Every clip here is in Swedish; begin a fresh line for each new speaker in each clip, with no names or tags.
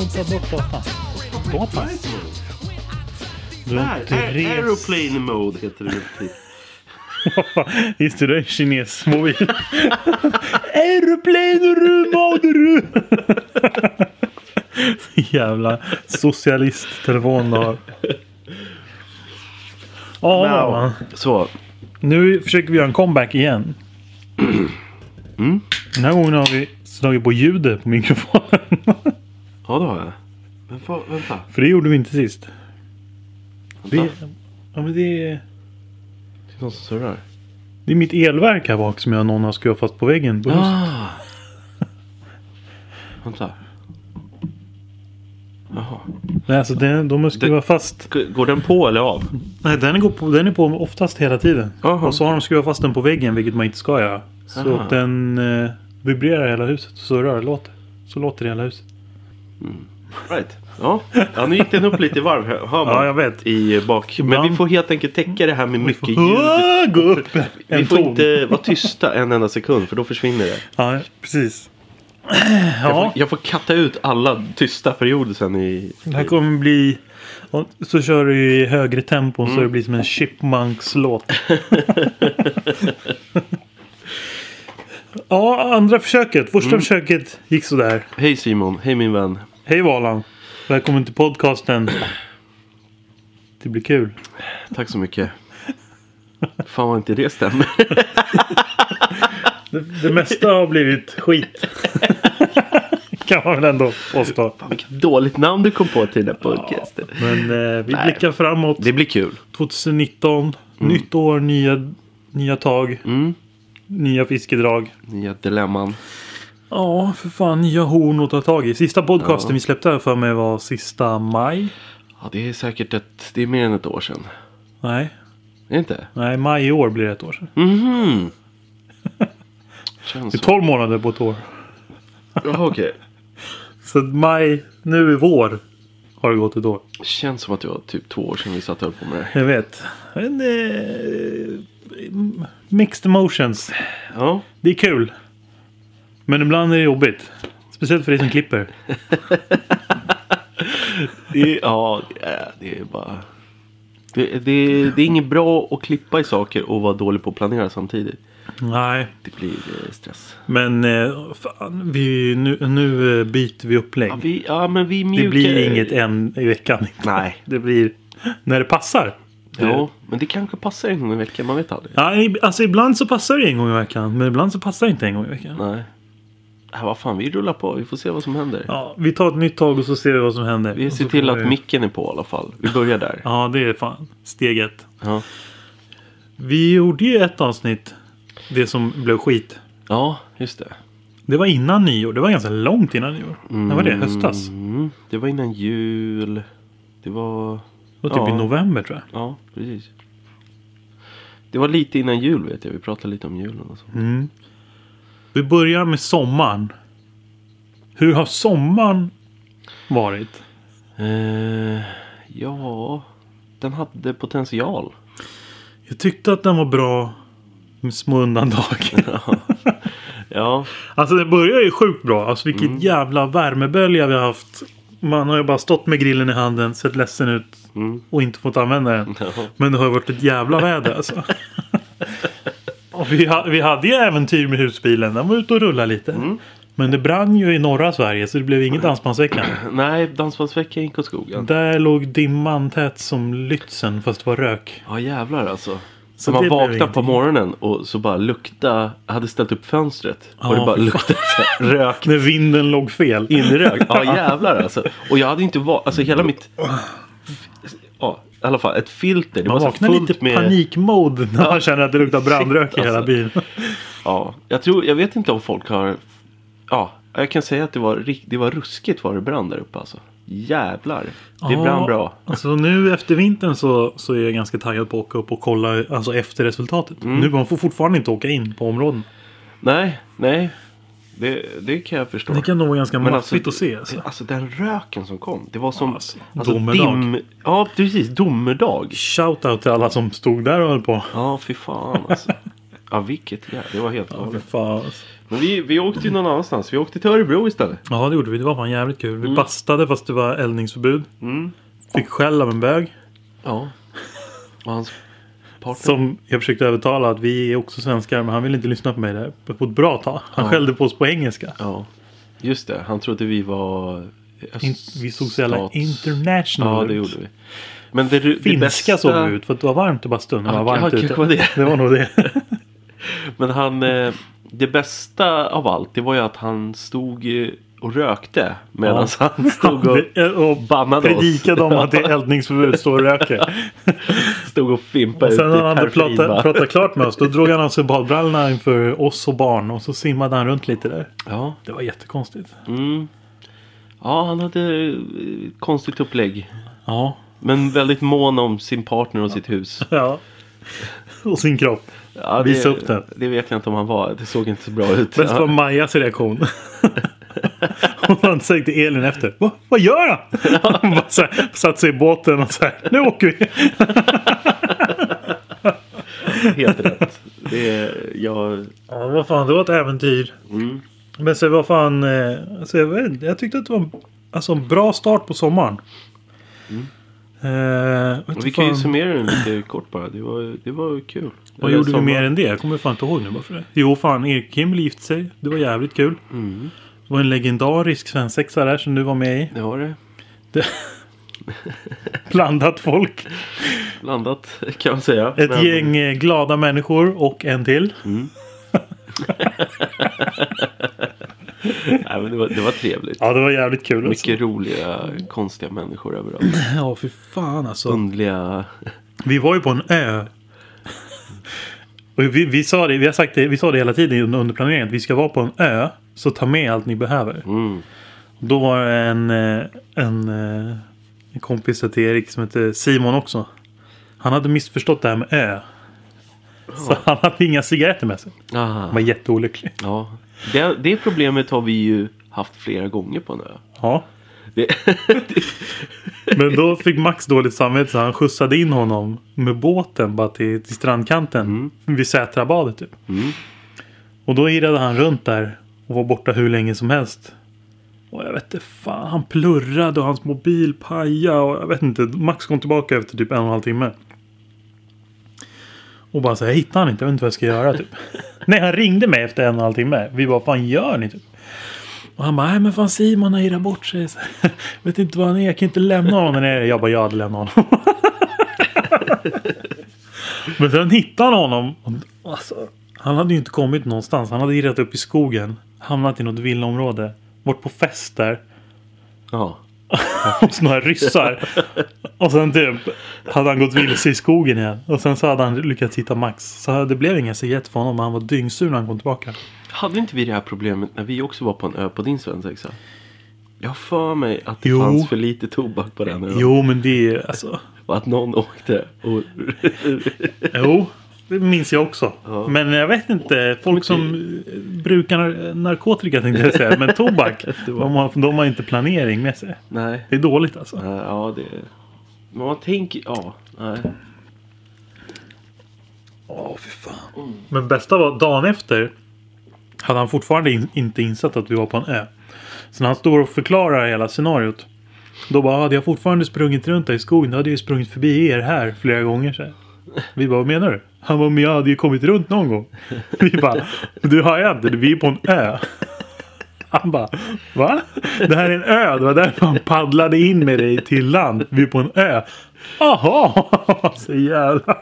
inte bra prata. Bra pass. Du har
Här,
inte
Aer-
rest...
Aeroplane mode heter det typ. nu för tiden.
Just det, det är kinesmobil. Aeroplane room mode room. Jävla socialisttelefon du har. Ja,
Så.
nu försöker vi göra en comeback igen.
Mm.
Den här gången har vi slagit på ljudet på mikrofonen.
Ja, det har jag. Men få, vänta.
För det gjorde vi inte sist. Det,
vänta.
ja, men det, är-
Det är någon som surrar.
det är mitt elverk här bak som jag någon har skruvat fast på väggen. På huset.
Ah. Vänta. Jaha.
Nej, alltså den, de har skruvat fast.
G- Går den på eller av?
Nej, den, går på, den är på oftast hela tiden.
Aha.
Och så har de skruvat fast den på väggen, vilket man inte ska göra. Så
Aha.
att den eh, vibrerar hela huset och surrar och låter. Så låter det hela huset.
Right. Ja. ja, nu gick den upp lite i varv. Hör hör man.
Ja, jag vet.
I eh, bak. Men
Ibland-
vi får helt enkelt täcka det här med mycket ljud.
Ah, gå upp
Vi
en
får
ton.
inte vara tysta en enda sekund för då försvinner det.
Ja, precis.
Jag
Ja,
får, jag får katta ut alla tysta perioder sen i...
det här kommer bli... och Så kör du ju i högre tempo
Mm.
så det blir som en Chipmunks-låt. ja, andra försöket. Första
Mm.
försöket gick sådär.
Hej Simon, hej min vän.
Hej Valan! Välkommen till podcasten. Det blir kul.
Tack så mycket. Fan vad inte det stämmer.
Det, mesta har blivit skit. kan man väl ändå påstå.
Vilket dåligt namn du kom på till den där podcasten.
Men eh, vi
Nej.
blickar framåt.
Det blir kul.
2019. Nytt år, nya, nya tag.
Mm.
Nya fiskedrag.
Nya dilemman.
Ja, för fan. Nya horn att ta tag i. Sista podcasten
Ja.
vi släppte här för mig var sista maj.
Ja, det är säkert ett... Det är mer än ett år sedan.
Nej,
Är det inte?
nej maj i år blir det ett år sedan.
Mhm.
Det
Känns
är
så.
12 månader på ett år.
Jaha, okej.
Så maj, nu i vår, har det gått ett år.
Känns som att det var typ två år sedan vi satt och höll på med det här.
Jag vet. En, eh, mixed emotions.
Ja.
Det är kul. Men ibland är det jobbigt. Speciellt för dig som klipper.
Det är, ja, eh, det är bara... Det, det, det är inget bra att klippa i saker och vara dålig på att planera samtidigt.
Nej,
Det blir eh, stress.
men eh, fan, vi, nu, nu eh, byter vi upplägg.
Ja, vi, ja men vi mjukar...
det blir inget en i veckan.
Nej.
Det blir när det passar.
Ja, men det kanske passar en gång i veckan. Man vet aldrig.
Nej, alltså ibland så passar det en gång i veckan. Men ibland så passar det inte en gång i veckan.
Nej. Äh, vad fan, vi rullar på. Vi får se vad som händer.
Ja, vi tar ett nytt tag och så ser vi vad som händer.
Vi
Och
ser
så
till
får
att
vi-
micken är på i alla fall. Vi börjar där.
Ja, det är fan steget.
Ja.
Vi gjorde ju ett avsnitt. Det som blev skit.
Ja, just det.
Det var innan nyår. Det var ganska långt innan nyår. När var det? Höstas?
Mm, det var innan jul. Det var...
Det var typ
Ja.
i november tror jag.
Ja, precis. Det var lite innan jul vet jag. Vi pratade lite om julen och så.
Mm. Vi börjar med sommaren. Hur har sommaren varit?
Eh, ja, den hade potential.
Jag tyckte att den var bra. Med små undantag.
Ja,
alltså det börjar ju sjukt bra. Alltså vilket
Mm.
jävla värmebölja vi har haft. Man har ju bara stått med grillen i handen, sett ledsen ut
Mm.
och inte fått använda den.
Ja.
Men det har ju varit ett jävla väder alltså. och vi, ha, vi hade ju äventyr med husbilen. Den var ute och rullade lite.
Mm.
Men det brann ju i norra Sverige så det blev inget dansbandsvecka.
nej, dansbandsveckan gick åt skogen.
Där låg dimman tät som Lützen fast det var rök.
Ja, jävlar alltså.
Så
Så man
det blev
vaknade på
ingenting.
morgonen och så bara lukta, jag hade ställt upp fönstret och
Ja,
det bara
fy fan.
luktade så här rök.
När vinden låg fel.
Inrök? Ja jävlar alltså. Och jag hade inte varit, alltså hela mitt... Ja, i alla fall ett filter. Det
Man
var så
vaknar
Alltså, fullt
lite
med...
panikmode när man känner att det luktar brandrök
Shit,
i hela
alltså.
bilen.
Ja, jag tror, jag vet inte om folk har... Ja, jag kan säga att det var, rik- det var ruskigt vad det brann där uppe alltså. Jävlar. Det
Ja,
brann bra.
Alltså nu efter vintern så, så är jag ganska taggad på att åka upp och kolla alltså, efter resultatet.
Mm.
Nu man får fortfarande inte åka in på områden.
Nej, nej. Det, det kan jag förstå.
Det kan nog vara ganska
Men
maffigt
alltså,
att se.
det-
Alltså.
alltså den röken som kom. Det var som...
Alltså,
Alltså,
domedag.
Dim, ja, precis. Domedag.
Shoutout till alla som stod där och höll på.
Ja, fy fan alltså. Ja, vilket ja, Det var helt
Ja, fy
galet.
fan. alltså.
Men vi, vi åkte ju någon annanstans. Vi åkte till Örebro istället.
ja, det gjorde vi. Det var fan jävligt kul. Vi
Mm.
bastade fast det var eldningsförbud. Fick skäll av en bög.
Ja. Och hans partner.
Som jag försökte övertala att vi är också svenskar men han ville inte lyssna på mig där på ett bra tag. Han
Ja.
skällde på oss på engelska.
Ja. Just det. Han trodde vi var...
In, vi såg så jävla
öststats-
international
Ja,
ut.
det gjorde vi. Men det, ru- det
Finska
bästa...
såg vi ut för att det var varmt i bastun. Det
Ja,
var
ja,
varmt
kanske
ute.
var det.
var nog det.
Men han, eh, det bästa av allt det var ju att han stod eh, och rökte medan han stod och,
Det- eh, och
bannade oss.
predikade om att det är eldningsförbud, står och röker.
stod och fimpade
Och sen
ut
när
i
han hade
perfluin, va?
pratat, pratat klart med oss då drog han av sig badbrallorna inför oss och barn och så simmade han runt lite där.
Ja,
Det var jättekonstigt.
mm. ja, han hade eh, konstigt upplägg.
Ja.
Men väldigt mån om sin partner och sitt hus.
ja. Och sin kropp.
Ja,
Visa upp den.
Det vet jag inte om han var. Det såg inte så bra ut.
Bäst var
Ja.
Majas reaktion. Hon sökte Elin efter. Va? Vad gör han? Hon bara så här, satt sig i båten och så här. Nu åker vi.
Helt rätt. Det, är- jag,
Ja, vad fan. Det var ett äventyr.
mm.
Men sen vad fan. eh, Alltså, jag, vet, inte, jag tyckte att det var en, alltså, en bra start på sommaren. Eh, vet
Mm. Och
du
vi kan ju
fan,
summera den lite kort bara. Det var, det var kul.
vad
Eller
gjorde vi
sommar.
mer än det? Jag kommer fan inte ihåg nu varför det. Jo fan, Erik Kim gifte sig. Det var jävligt kul.
Mm.
Det var en legendarisk svensexa där som du var med i.
Det var det.
Blandat folk.
Blandat kan man säga.
Ett
Men-
gäng eh, glada människor och en till.
Nej, men det, var, det var trevligt.
Ja, det var jävligt kul. alltså.
Mycket roliga, konstiga människor överallt.
Ja, för fan alltså.
Underliga.
Vi var ju på en ö. Och vi, vi, sa det, vi, har sagt det, vi sa det hela tiden under- under planeringen. Att vi ska vara på en ö. Så ta med allt ni behöver.
Mm.
Då var det en, eh, en, eh, en kompis till Erik som hette Simon också. Han hade missförstått det här med ö. Så han hade inga cigaretter med sig. Han
Ah,
var jätteolycklig.
ja. det, det problemet har vi ju haft flera gånger på en ö.
Ja.
Det,
Men då fick Max dåligt samvete så han skjutsade in honom med båten bara till, till strandkanten. Vid Sätrabadet typ.
Mm.
Och då irrade han runt där och var borta hur länge som helst. Och jag vet inte fan, han plurrade och hans mobil pajade och jag vet inte. Max kom tillbaka efter typ en och en halv timme. Och bara så här, jag hittar han inte, jag vet inte vad jag ska göra typ. Nej, han ringde mig efter en och en halv timme. Vi bara, fan gör ni typ? Och han bara, nej men fan Simon har irrat bort sig. Så, här, vet inte var han är, jag kan inte lämna honom nere. Jag bara, jag hade lämnat honom. men sen hittade han honom. Och, Alltså, han hade ju inte kommit någonstans. Han hade irrat upp i skogen. Hamnat i något villaområde. Vart på fest där.
ja.
Hos några ryssar. Och sen typ hade han gått vilse i skogen igen. Och sen så hade han lyckats hitta Max. Så det blev inga cigaretter för honom. men Han var dyngsur när han kom tillbaka.
Hade inte vi det här problemet när vi också var på en ö på din svensexa? Jag har för mig att det
Jo.
fanns för lite tobak på den ön.
Jo men det är alltså.
Och att någon åkte och...
Jo, det minns jag också.
Ja.
Men jag vet inte. Folk som eh, brukar nar- narkotika tänkte jag säga. Men tobak. de, har, de har inte planering med sig.
nej.
Det är dåligt alltså.
Nej, Ja, det... Men man tänker... Ja. Nej.
Åh, fy fan. Men bästa var dagen efter. Hade han fortfarande in, inte insett att vi var på en ö. Så när han står och förklarar hela scenariot. Då bara, "Ah, hade jag fortfarande sprungit runt där i skogen. Då hade jag ju sprungit förbi er här flera gånger. Så här. Vi bara, vad menar du? Han bara, men jag hade ju kommit runt någon gång. Vi bara, du har jag inte. Vi är på en ö. Han bara, va? Det här är en ö. Det var därför han paddlade in med dig till land. Vi är på en ö. Aha! Så jävla...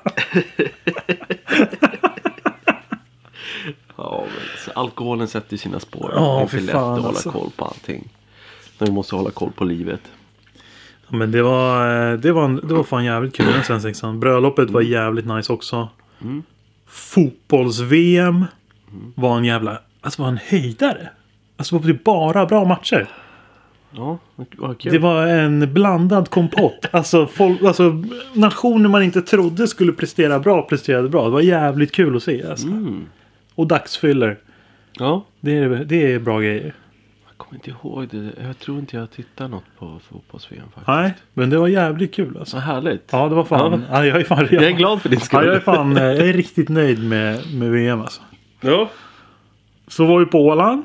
Ja, men alltså, alkoholen sätter sina spår.
Ja,
det är
fy
inte lätt
fan,
att hålla
alltså.
koll på allting. När du måste hålla koll på livet.
Ja, Men det var, eh, det var, en- det var fan jävligt kul den svensexan. Bröllopet
Mm.
var jävligt nice också. Fotbolls-VM var en jävla... Alltså var en höjdare. Alltså var det bara bra matcher.
Ja, vad kul.
Det var en blandad kompott. Alltså, folk, alltså nationer man inte trodde skulle prestera bra presterade bra. Det var jävligt kul att se. Alltså.
Mm.
Och dagsfyller.
Ja,
Det är, det är bra grejer.
Jag kommer inte ihåg det. Jag tror inte jag tittar något på fotbolls-VM faktiskt.
Nej, men det var jävligt kul alltså.
Så härligt.
Ja, det var fan. Ja. jag är fan
Jag är glad för din
Ja,
skull.
jag är fan. eh, Jag är riktigt nöjd med, med VM alltså.
Ja.
Så var vi på Åland.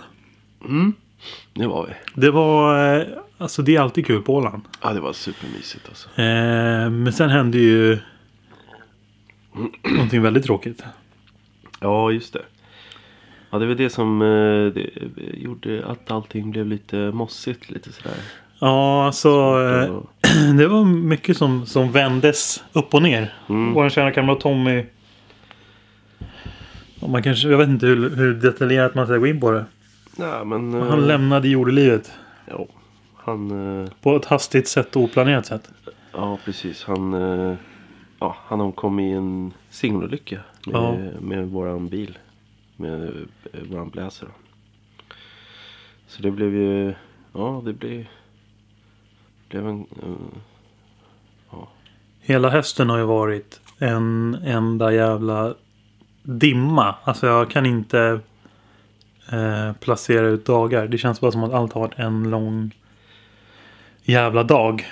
Nu var vi.
Det var... eh, Alltså det är alltid kul på Åland.
Ja, det var supermysigt alltså.
Eh, men sen hände ju... Någonting väldigt tråkigt.
Ja, just det. Ja, det var det som eh, det, eh, gjorde att allting blev lite mossigt lite
Eh.
sådär.
Ja, alltså. Eh,
Och-
det var mycket som, som vändes upp och ner. Vår kära kamrat Tommy. Ja, Man kanske, jag vet inte hur, hur detaljerat man ska gå in på det.
Nej, men... eh,
Han lämnade jordelivet.
ja, han... eh,
På ett hastigt sätt och oplanerat sätt.
Ja, precis. Han, eh, ja, han omkom i en singelolycka med,
Ja.
med våran bil. Med eh, våran Blazer. då. Så det blev ju... Ja, det blev... blev en, eh,
Hela hösten har ju varit en enda jävla dimma. Alltså jag kan inte eh, placera ut dagar. Det känns bara som att allt har varit en lång jävla dag.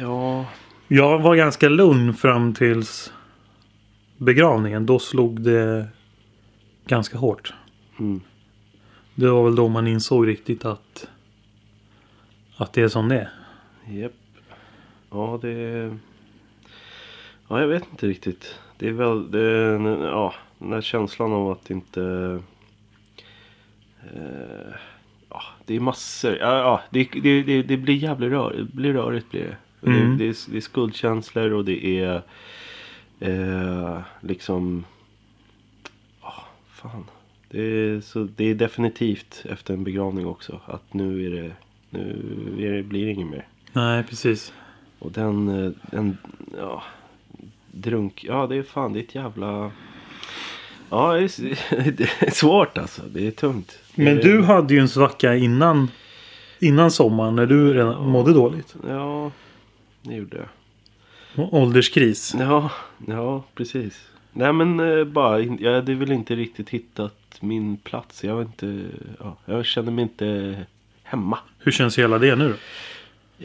ja,
Jag var ganska lugn fram tills begravningen. Då slog det ganska hårt.
Mm.
Det var väl då man insåg riktigt att, att det är som det är.
Japp. Ja, det... Ja, jag vet inte riktigt. Det är väl... Det är, ja, den där känslan av att inte... Eh, ja, det är massor. Ja, ja det, det, det, det blir jävligt rör, det blir rörigt. Blir det.
Mm.
Det, det, är, det är skuldkänslor och det är... Eh, liksom... ja fan. Det är, så det är definitivt efter en begravning också. Att nu är det... Nu är det, blir det inget mer.
Nej, precis.
Och den, eh, den, ja, drunk, ja det är fan det är ett jävla, ja det är, s- det är svårt alltså, det är tungt.
Men
Det-
du hade ju en svacka innan, innan sommaren när du redan mådde dåligt.
Ja, det gjorde jag.
Ålderskris.
Ja, ja precis. Nej men eh, bara, in- jag hade väl inte riktigt hittat min plats, jag var inte, ja, jag kände mig inte hemma.
Hur känns hela det nu då?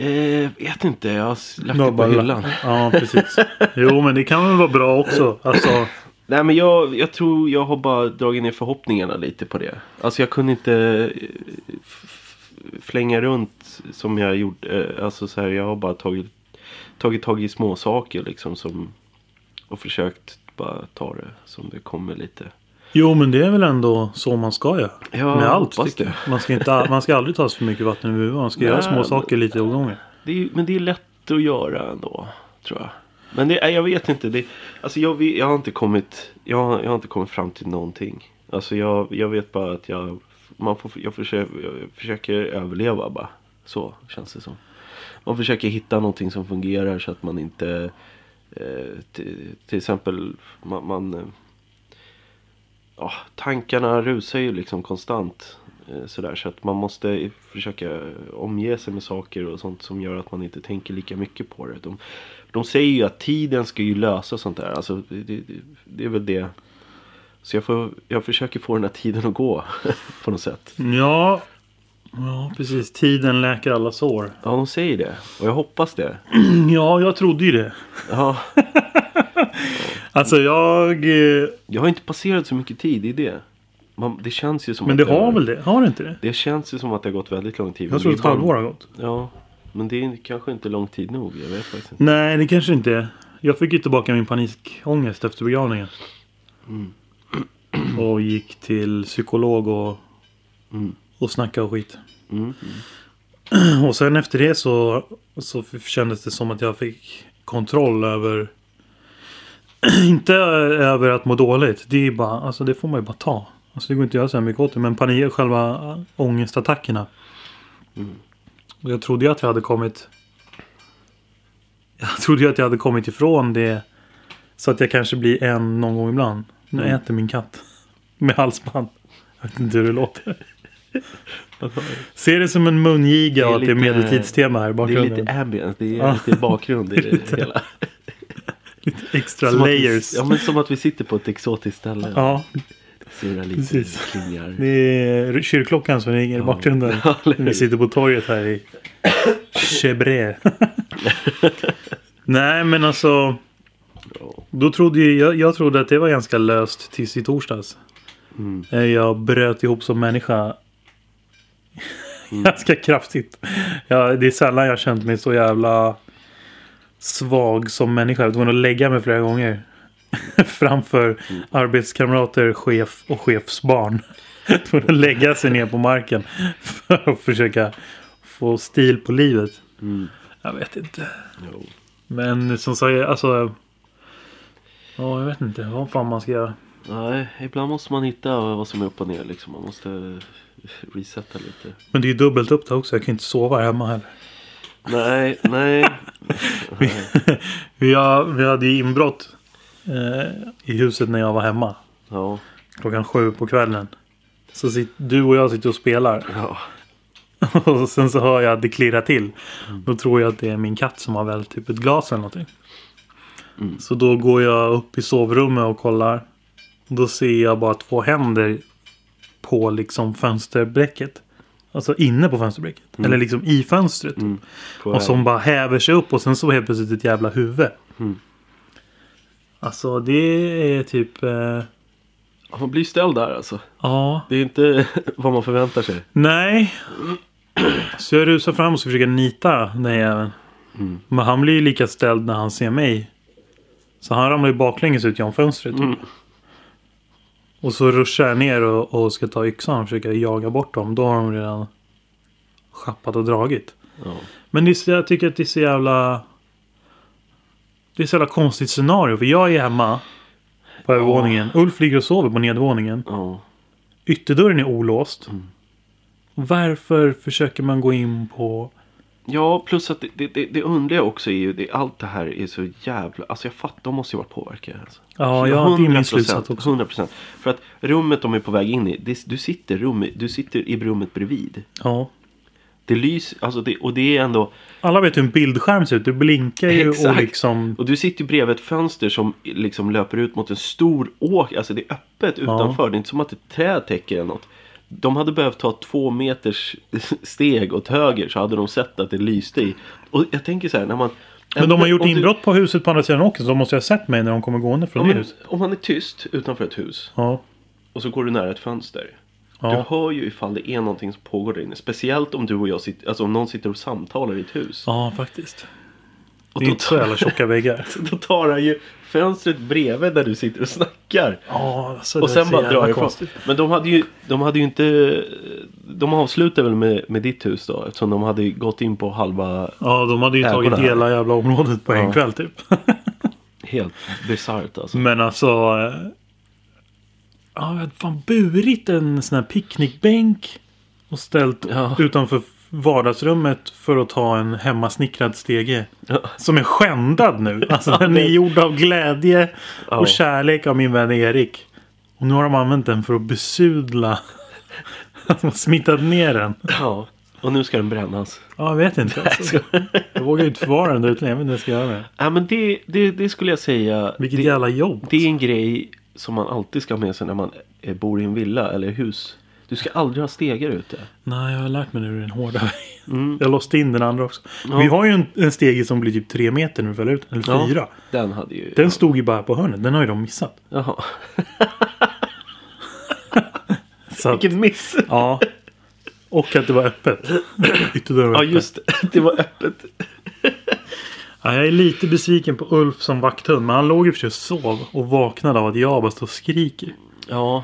Eh, vet inte, jag har s- lagt
Du har
det på
bara la-
hyllan.
Ja, precis. Jo, men det kan väl vara bra också. Alltså,
Nej men jag, jag tror jag har bara dragit ner förhoppningarna lite på det. Alltså jag kunde inte eh, f- f- flänga runt som jag gjorde. Eh, Alltså så här, jag har bara tagit, tagit tag i små saker liksom som, och försökt bara ta det som det kommer lite.
jo, men det är väl ändå så man ska göra.
Ja,
Med allt
hoppas
tycker
det.
jag. Man ska, inte, man ska aldrig ta så för mycket vatten över huvudet. Man ska göra
Nej,
små
men-
saker lite åt gången.
Det är, ju- men det är lätt att göra ändå, tror jag. Men det, nej, jag vet inte. Det, alltså jag, vet- jag, har inte kommit, jag, har- jag har inte kommit fram till någonting. Alltså jag, jag vet bara att jag, man får, jag, försöker, jag försöker överleva bara. Så känns det som. Man försöker hitta någonting som fungerar så att man inte... Eh, till, till exempel man... man eh, ja, tankarna rusar ju liksom konstant. Eh, sådär, så att man måste i- försöka omge sig med saker och sånt som gör att man inte tänker lika mycket på det. De, de säger ju att tiden ska ju lösa sånt där. Alltså, det, det, det är väl det. Så jag, får, jag försöker få den här tiden att gå på något sätt.
Ja, ja precis. Tiden läker alla sår.
Ja, de säger det. Och jag hoppas det.
Ja, jag trodde ju det.
Ja,
Alltså jag... eh,
jag har inte passerat så mycket tid i det. Man, det känns ju som
Men
att
det har väl det? Har det inte det?
Det känns ju som att det har gått väldigt lång tid. men
Jag tror
det
ett
är bara-
halvår har gått.
Ja, men det är kanske inte lång tid nog. Jag vet faktiskt inte.
Nej, det kanske inte är. Jag fick ju tillbaka min panikångest efter begravningen.
Mm.
Och gick till psykolog och,
Mm.
och snackade och skit.
Mm.
Och sen efter det så, så f- kändes det som att jag fick kontroll över... inte över att må dåligt. Det, är bara, alltså det får man ju bara ta. Alltså det går inte att göra så här mycket åt det. Men panik, själva ångestattackerna.
Mm.
Och jag trodde ju att jag hade kommit... Jag trodde ju att jag hade kommit ifrån det. Så att jag kanske blir en någon gång ibland. Nu
Mm.
äter min katt. Med halsband. Jag vet inte hur det låter. Ser det som en mungiga och att det är
lite-
medeltidstema här i
Det är
bakgrunden.
lite ambient, det är
Ja.
lite bakgrund i det hela.
Extra
Som att vi-
layers.
Ja, men som att vi sitter på ett exotiskt ställe.
Ja,
Sura lite
Precis.
klingar.
Det är kyrkklockan som ringer i bakgrunden.
Ja, eller hur?
Vi sitter på torget här i Chebré. Nej men alltså.
Ja.
Då trodde ju, jag, jag trodde att det var ganska löst tills i torsdags.
Mm.
Eh, Jag bröt ihop som människa.
Mm.
Ganska kraftigt. Ja, det är sällan jag har känt mig så jävla svag som människa. Jag var tvungen att lägga mig flera gånger. Framför arbetskamrater, chef och chefsbarn. Jag var tvungen att lägga sig ner på marken. För att försöka få stil på livet.
Mm.
Jag vet inte.
Jo.
Men som sagt, alltså. Ja, jag vet inte vad fan man ska göra.
Nej, ibland måste man hitta vad som är upp och ner liksom. Man måste resetta lite.
Men det är ju dubbelt upp det också. Jag kan ju inte sova här hemma heller.
Nej, nej.
Vi, vi, har, vi hade ju inbrott eh, i huset när jag var hemma.
Ja,
Klockan sju på kvällen. Så sit, du och jag sitter och spelar.
ja.
Och sen så hör jag att det klirrar till. Då tror jag att det är min katt som har vält typ ett glas eller någonting.
Mm.
Så då går jag upp i sovrummet och kollar. Då ser jag bara två händer på liksom fönsterbräcket. Alltså inne på fönsterbräcket.
Mm.
Eller liksom i fönstret.
På
Och som bara häver sig upp och sen så helt plötsligt ett jävla huvud.
Mm.
Alltså det är typ... Eh,
Ja, Man blir ställd där alltså.
ja.
Det är inte vad man förväntar sig.
Nej. Så jag rusar fram och ska försöka nita den jäveln.
Mm.
Men han blir ju lika ställd när han ser mig. Så han ramlar ju baklänges ut genom fönstret. typ.
Mm.
Och så ruschar jag ner och, och ska ta yxan och försöka jaga bort dem. Då har de redan schappat och dragit.
Ja.
Men det är, så- jag tycker att det är så jävla... Det är så jävla konstigt scenario. För jag är hemma på övervåningen. Ulf ligger och sover på nedervåningen.
Ja.
Ytterdörren är olåst. Varför försöker man gå in på...
ja, plus att det, det, det, det underliga också är ju det, allt det här är så jävla... Alltså jag fattar, de måste ju vara påverkade. Alltså.
Ja, ja det är min slutsats också.
100 procent. För att rummet de är på väg in i, det, du, sitter rum, du sitter i rummet bredvid.
Ja.
Det lyser, alltså det, och det är ändå...
Alla vet hur en bildskärm ser ut. Det blinkar ju och
Exakt.
liksom...
Och du sitter ju bredvid ett fönster som liksom löper ut mot en stor åker. Alltså det är öppet utanför. Det är inte som att ett träd täcker eller något. De hade behövt ta två meters steg åt höger så hade de sett att det lyste i. Och jag tänker så här när man...
Men de har gjort
om du-
inbrott på huset på andra sidan åken. Så de måste ju ha sett mig när de kommer gående från
om,
det
man,
huset.
om man är tyst utanför ett hus
Ja.
och så går du nära ett fönster.
Ja.
Du hör ju ifall det är någonting som pågår där inne. Speciellt om du och jag sitter, alltså om någon sitter och samtalar i ett hus.
ja, faktiskt.
och
Det är inte så jävla tjocka väggar.
då tar han ju fönstret bredvid där du sitter och snackar.
Ja, alltså,
Och
det är
sen
så
bara
jävla
drar ifrån.
konstigt.
Men de hade ju, de hade ju inte... De avslutade väl med, med ditt hus då? Eftersom de hade ju gått in på halva...
Ja, de hade ju tagit
Ägorna.
hela jävla området på en
Ja.
kväll typ.
Helt bisarrt alltså.
Men alltså... eh, Ja, jag hade fan burit en sån här picknickbänk. Och ställt
Ja.
utanför vardagsrummet för att ta en hemmasnickrad stege.
Ja.
Som är skändad nu. Alltså den är
det-
gjord av glädje
Ja.
och kärlek av min vän Erik. Och nu har de använt den för att besudla. De har smittat ner den.
Ja. Och nu ska den brännas.
Ja, jag vet inte. Alltså. Jag vågar ju inte förvara den där ute. Jag vet inte vad jag ska göra med den.
Ja, men det, det, det skulle jag säga.
Vilket
det,
jävla jobb.
det är en grej som man alltid ska ha med sig när man eh, bor i en villa eller hus. Du ska aldrig ha stegar ute.
Nej, jag har lärt mig nu den hårda vägen.
Mm.
Jag låste in den andra också.
Ja.
Vi har ju en, en stege som blir typ tre meter nu väl ut. Eller
Ja.
fyra.
Den hade ju...
Den stod ju bara på hörnet. Den har ju de missat.
Jaha.
Så att,
Vilken miss!
ja. Och att det var öppet. Ytterdörren var
Ja
öppen.
just det. det, var öppet.
ja, Jag är lite besviken på Ulf som vakthund. Men han låg i och för sig och sov. Och vaknade av att jag bara står och skriker.
Ja.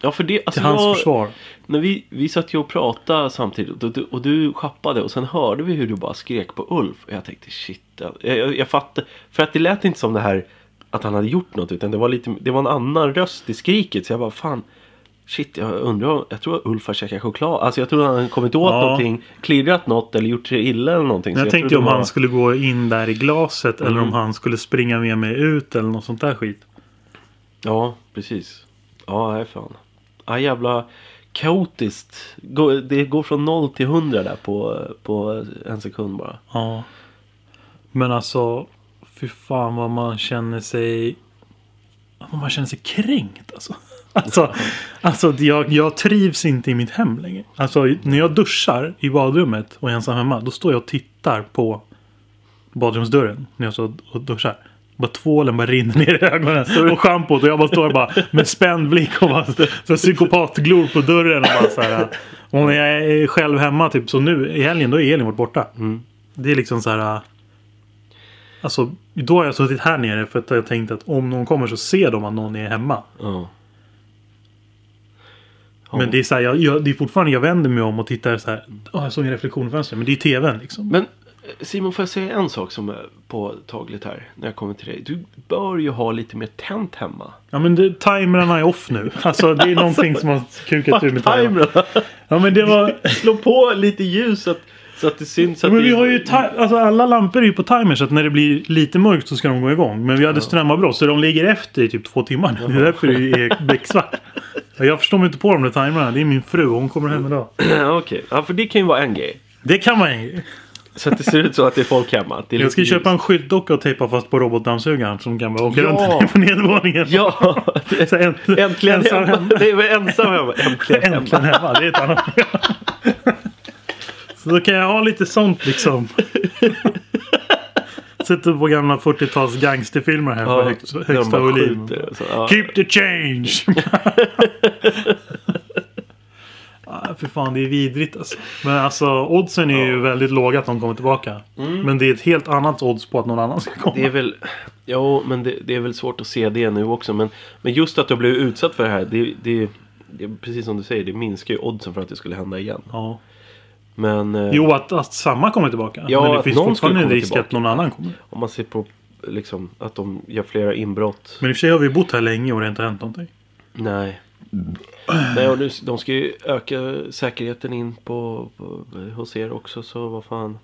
Ja för det... Alltså,
Till hans
jag-
försvar.
När vi, vi satt ju och pratade samtidigt och du, och du schappade och sen hörde vi hur du bara skrek på Ulf. Och jag tänkte shit, jag, jag, jag fattade. För att det lät inte som det här att han hade gjort något utan det var, lite, det var en annan röst i skriket. Så jag bara fan, shit jag undrar, om- jag tror att Ulf har käkat choklad. Alltså jag tror att han kommit åt
Ja.
någonting, klirrat något eller gjort sig illa eller någonting.
Men
Så
jag tänkte
tror
om
det var-
han skulle gå in där i glaset. Eller
Mm.
om han skulle springa med mig ut. Eller något sånt där skit.
Ja, precis. Ja, nej fan. Ja, jävla kaotiskt. Gå- Det går från noll till hundra där på, på en sekund bara.
Ja. Men alltså. Fy fan vad man känner sig. Vad man känner sig kränkt alltså. Alltså, alltså jag, jag trivs inte i mitt hem längre. Alltså när jag duschar i badrummet och är ensam hemma. Då står jag och tittar på badrumsdörren. När jag står och duschar. Bara tvålen bara rinner ner i ögonen. Och schampot. Och jag bara står bara med spänd blick. Och bara så här psykopatglor på dörren. Och bara så här. Och när jag är själv hemma typ som nu i helgen. Då är Elin varit borta. Det är liksom så här. Alltså då har jag suttit här nere. För att jag tänkt att om någon kommer så ser de att någon är hemma.
Ja. Ja.
Men det är, så här, jag, jag, det är fortfarande, jag vänder mig om och tittar så här. "Åh, jag såg en reflektion i fönstret. Men det är ju tvn liksom.
Men eh, Simon, får jag säga en sak som är påtagligt här när jag kommer till dig? Du bör ju ha lite mer tänt hemma.
Ja men det, timrarna är off nu. Alltså det är någonting som har kukat ur mitt öra.
Timern!
Ja men det var...
Slå på lite ljus så att, så att det syns. Så att
Men vi
det-
har ju ti- alltså alla lampor är ju på timer så att när det blir lite mörkt så ska de gå igång. Men vi hade strömavbrott så de ligger efter i typ två timmar. Det är därför det är becksvart. Ja, Jag förstår mig inte på de där timrarna. Det är min fru. Hon kommer hem idag.
Ja, Okej, ja, för det kan ju vara en grej.
Det kan man ju.
Så att det ser ut så att det är folk hemma. att Det är
Jag
lite
ska ju
ljus.
köpa en skyltdocka och tejpa fast på robotdammsugaren som kan bara åka
Ja.
runt på nedervåningen.
Ja,
Så änt-
äntligen
ensam
hemma. Det är väl ensam hemma. Äntligen hemma.
Äntligen hemma. Det är ett annat Så då kan jag ha lite sånt liksom. Sitter på gamla 40-tals gangsterfilmer här på högst,
när de
högsta
bara
volym.
skjuter och så, ja.
Keep the change! ah, för fan, det är vidrigt alltså. Men alltså oddsen är ju väldigt låga att de kommer tillbaka. Men det är ett helt annat odds på att någon annan ska komma.
Mm. Det är väl, ja men det, det är väl svårt att se det nu också. Men, men just att du blev utsatt för det här. Det, det, det, är precis som du säger, det minskar ju oddsen för att det skulle hända igen.
Ja.
Men eh,
Jo, att, att samma kommer tillbaka.
Ja,
men det
att
finns
någon
fortfarande
skulle
en
komma
risk att
tillbaka.
någon annan kommer.
om man ser på liksom, att de gör flera inbrott.
Men i och för sig har vi bott här länge och det har inte hänt någonting.
Nej. Nej, och nu, de ska ju öka säkerheten in på, på, hos er också. Så vad fan.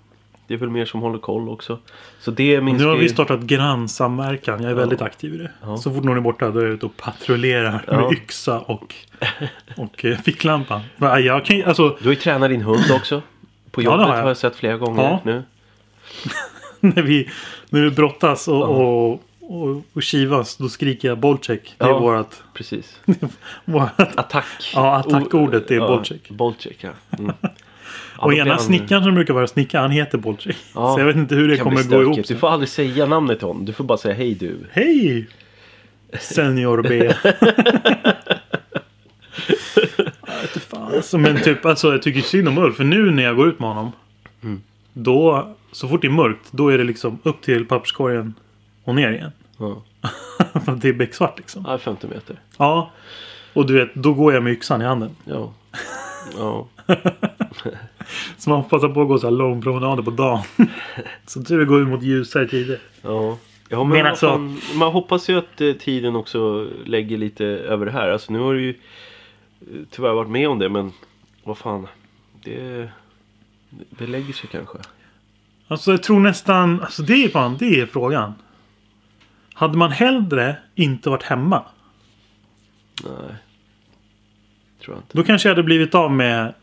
Det är väl mer som håller koll också. Så det
Nu har
minskar
vi
ju.
startat grannsamverkan. Jag är väldigt aktiv i det.
Ja.
Så fort någon är borta då är jag ute och patrullerar
Ja.
med yxa och, och eh, ficklampa. Men Jag kan ju, alltså,
Du har ju tränat din hund också. På
Ja, det
jobbet
har jag.
har jag sett flera gånger
Ja.
nu.
när, vi, när vi brottas och, och, och, och kivas då skriker jag bollcheck. Det är
Ja.
vårt...
Precis.
vårt
Attack.
Ja, attackordet är
O-
bollcheck.
Ja, bollcheck, ja. Mm. Ja, då
och
blir
ena
han-
snickaren som brukar vara snickare han heter bollcheck.
Ja.
Så jag vet inte hur det
kan bli
kommer gå ihop.
stökigt. Du får aldrig säga namnet till honom. Du får bara säga hej du.
Hej! Senior B. Ja, inte fan. Alltså, men typ, alltså, jag tycker synd om Ulf. För nu när jag går ut med honom. Då, så fort det är mörkt, då är det liksom upp till papperskorgen och ner igen.
Ja,
För att det är becksvart liksom.
ja 50 meter.
Ja. Och du vet, då går jag med yxan i handen.
Ja. ja.
Så man får passa på att gå så här långpromenader på dagen. så tur är att gå ut mot ljusare tider.
Ja, ja men,
Men
vad
alltså-
fan, man hoppas ju att eh, tiden också lägger lite över det här. Alltså nu har du ju eh, tyvärr varit med om det men vad fan. Det, det lägger sig kanske.
Alltså jag tror nästan, alltså det är fan, det är frågan. Hade man hellre inte varit hemma.
Nej. Tror jag inte.
Då kanske jag hade blivit av med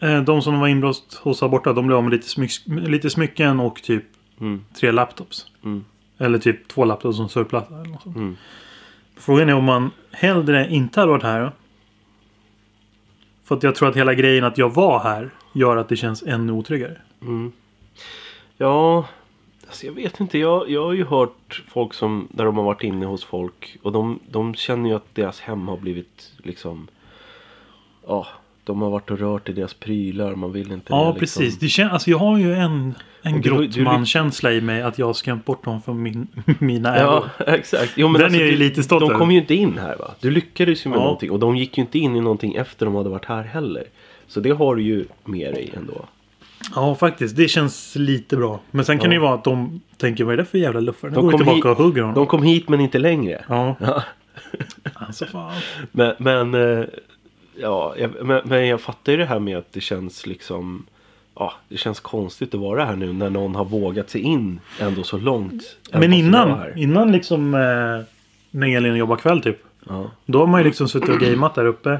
eh, de som var inbrott hos här borta. De blev av med lite, smyck, lite smycken och typ
Mm.
tre laptops.
Mm.
Eller typ två laptops och en surfplatta. eller något sånt.
Mm.
Frågan är om man hellre inte hade varit här. För att jag tror att hela grejen att jag var här gör att det känns ännu otryggare.
Mm. Ja, alltså jag vet inte. Jag, jag har ju hört folk som, där de har varit inne hos folk och de, de känner ju att deras hem har blivit liksom, ja, de har varit och rört i deras prylar. Man vill inte
Ja,
det, liksom.
precis. Det kän, alltså, jag har ju en, en
Och du- du-
grottmankänsla i mig att jag har skrämt bort dem från min, mina
Ja,
ögon.
exakt. Jo, men
Den
alltså,
är jag ju
du,
lite stolt
De
över.
kom ju inte in här va? Du lyckades ju med
Ja.
någonting och de gick ju inte in i någonting efter de hade varit här heller. Så det har du ju med dig ändå.
Ja, faktiskt. Det känns lite bra. Men sen kan det ju vara att de tänker vad är det för jävla luffare? Nu går vi tillbaka och hugger honom.
de kom hit men inte längre.
Ja.
Ja.
Alltså fan.
Men, men, eh, ja, jag, men, men jag fattar ju det här med att det känns liksom Ja, det känns konstigt att vara här nu när någon har vågat sig in ändå så långt. även
Men
fast jag var
innan,
här.
innan liksom eh, när Elin jobbar kväll typ.
Ja.
Då har man
Mm.
ju liksom suttit och gameat där uppe.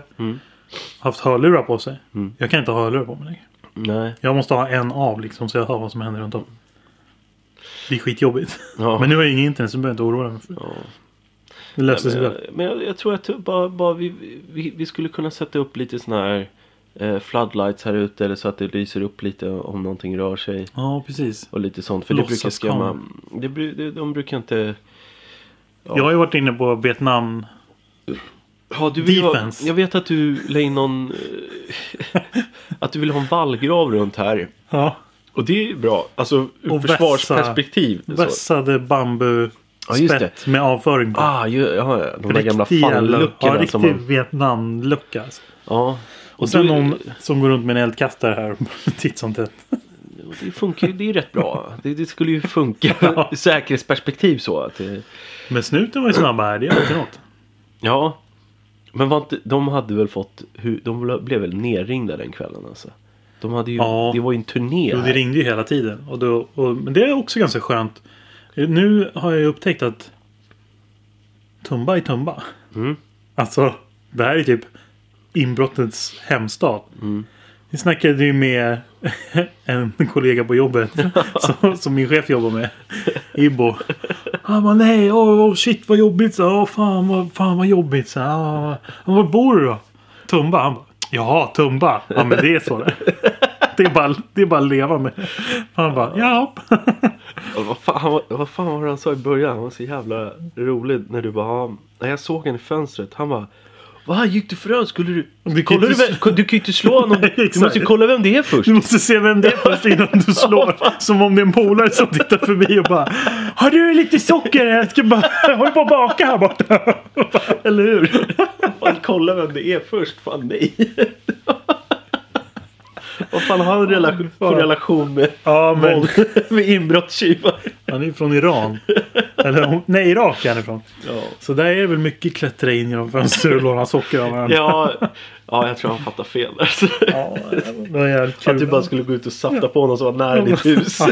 Haft hörlurar på sig.
Mm.
Jag kan inte ha hörlurar på mig längre.
Nej.
Jag måste ha en av liksom så jag hör vad som händer runt om. Det är skitjobbigt.
Ja.
Men nu har jag ingen internet så jag behöver inte oroa mig. för det.
Ja.
Det löste sig
men
väl.
jag, men jag, jag tror att bara, bara vi, vi, vi skulle kunna sätta upp lite sådana här eh, floodlights här ute. Eller så att det lyser upp lite om någonting rör sig.
Ja, precis.
Och lite sånt. För det brukar skrämma.
Låtsaskamera.
Det, bru- det, de brukar inte... Ja.
Jag har ju varit inne på Vietnam.
Ja, du vill ha,
Defense.
jag vet att du la in någon... eh, att du vill ha en vallgrav runt här.
Ja.
Och det är ju bra. Alltså ur
Och
försvarsperspektiv. så.
Vässade
Ja, just
bambuspett med avföring på.
Ah, ju, ja, ja, de där gamla
Riktiga- Ja,
falluckorna.
riktig
som man,
Vietnamlucka. Alltså.
ja.
Och sen
du-
någon som går runt med en eldkastare här titt som tätt.
Och Det funkar ju, det är rätt bra. Det, det skulle ju funka ur säkerhetsperspektiv så. Att, eh,
Men snuten var ju snabb här, det är alltid något.
ja. Men var inte, de hade väl fått, hu- de blev väl nerringda den kvällen alltså. De hade ju,
Ja.
det var ju en turné.
Jo, det
här.
ringde ju hela tiden. Och då, och, men det är också ganska skönt. Nu har jag ju upptäckt att Tumba är Tumba.
Mm.
Alltså, det här är typ inbrottets hemstad.
Mm.
Vi snackade ju med en kollega på jobbet som, som min chef jobbar med. Ibo. Han bara nej, åh åh, shit vad jobbigt. Så, åh, fan, vad, fan vad jobbigt. Så, åh. Han bara, var bor du då? Tumba. Han bara, ja Tumba. Ja men det är så det det är bara, det är bara att leva med. Han bara, ja.
Och Vad fan, vad, vad fan var det han sa i början? Han var så jävla rolig när du bara, ja, när jag såg honom i fönstret. Han bara, Va, gick du för övrigt? Skulle du...
kan ju
kollar du,
inte
vem, du kan ju inte slå honom.
Nej,
Du måste ju
exakt.
kolla vem det är först.
Du måste se vem det är först innan du slår. Som om det är en polare som tittar förbi och bara Har du lite socker? Jag ska bara, jag håller på att baka här borta.
Eller hur? Fan, kolla vem det är först. Fan, nej. Vad fan har han relation, för relation med,
Ja men
våld, med inbrottstjuvar?
han är ju från Iran. Eller hon- nej Irak är han ifrån.
Ja.
Så där är det väl mycket klättra in genom fönster och låna socker av varandra.
Ja, ja, jag tror han fattar fel. där.
Ja, det var jävligt kul.
Att du bara skulle gå ut och safta på honom som var nära ditt hus.